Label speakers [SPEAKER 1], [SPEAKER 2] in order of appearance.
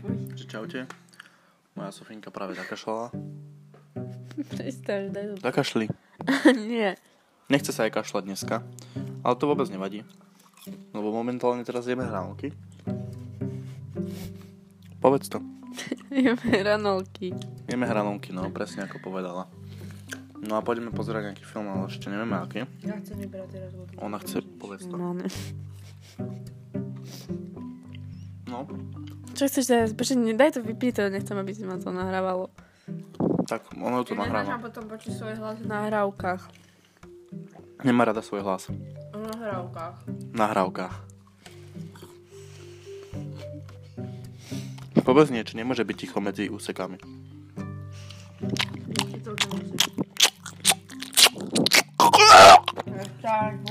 [SPEAKER 1] fuj.
[SPEAKER 2] Že čaute. Moja Sofinka práve zakašľala.
[SPEAKER 1] Prestáš, daj to.
[SPEAKER 2] Zakašli.
[SPEAKER 1] Nie.
[SPEAKER 2] Nechce sa aj kašľať dneska. Ale to vôbec nevadí. Lebo momentálne teraz jeme hranolky. Povedz to.
[SPEAKER 1] Jeme ranolky.
[SPEAKER 2] Jeme hranolky, no presne ako povedala. No a poďme pozerať nejaký film, ale ešte nevieme aký.
[SPEAKER 3] Ja chcem vybrať teraz vodu.
[SPEAKER 2] Ona chce, povedz to.
[SPEAKER 1] No, ne.
[SPEAKER 2] No,
[SPEAKER 1] Čo chceš teraz? Prečo ne, daj to vypýtať, nechcem, aby si ma to nahrávalo.
[SPEAKER 2] tak ono ju to
[SPEAKER 3] Nemáš a
[SPEAKER 2] nahráva.
[SPEAKER 3] potom počuť svoj hlas
[SPEAKER 1] V
[SPEAKER 3] na
[SPEAKER 1] nahrávkach.
[SPEAKER 2] Nemá rada svoj hlas.
[SPEAKER 3] nahrávkach.
[SPEAKER 2] Nahrávkach. Povedz niečo, nemôže byť ticho medzi úsekami.
[SPEAKER 3] Ešte to už nemusím. Prestaň.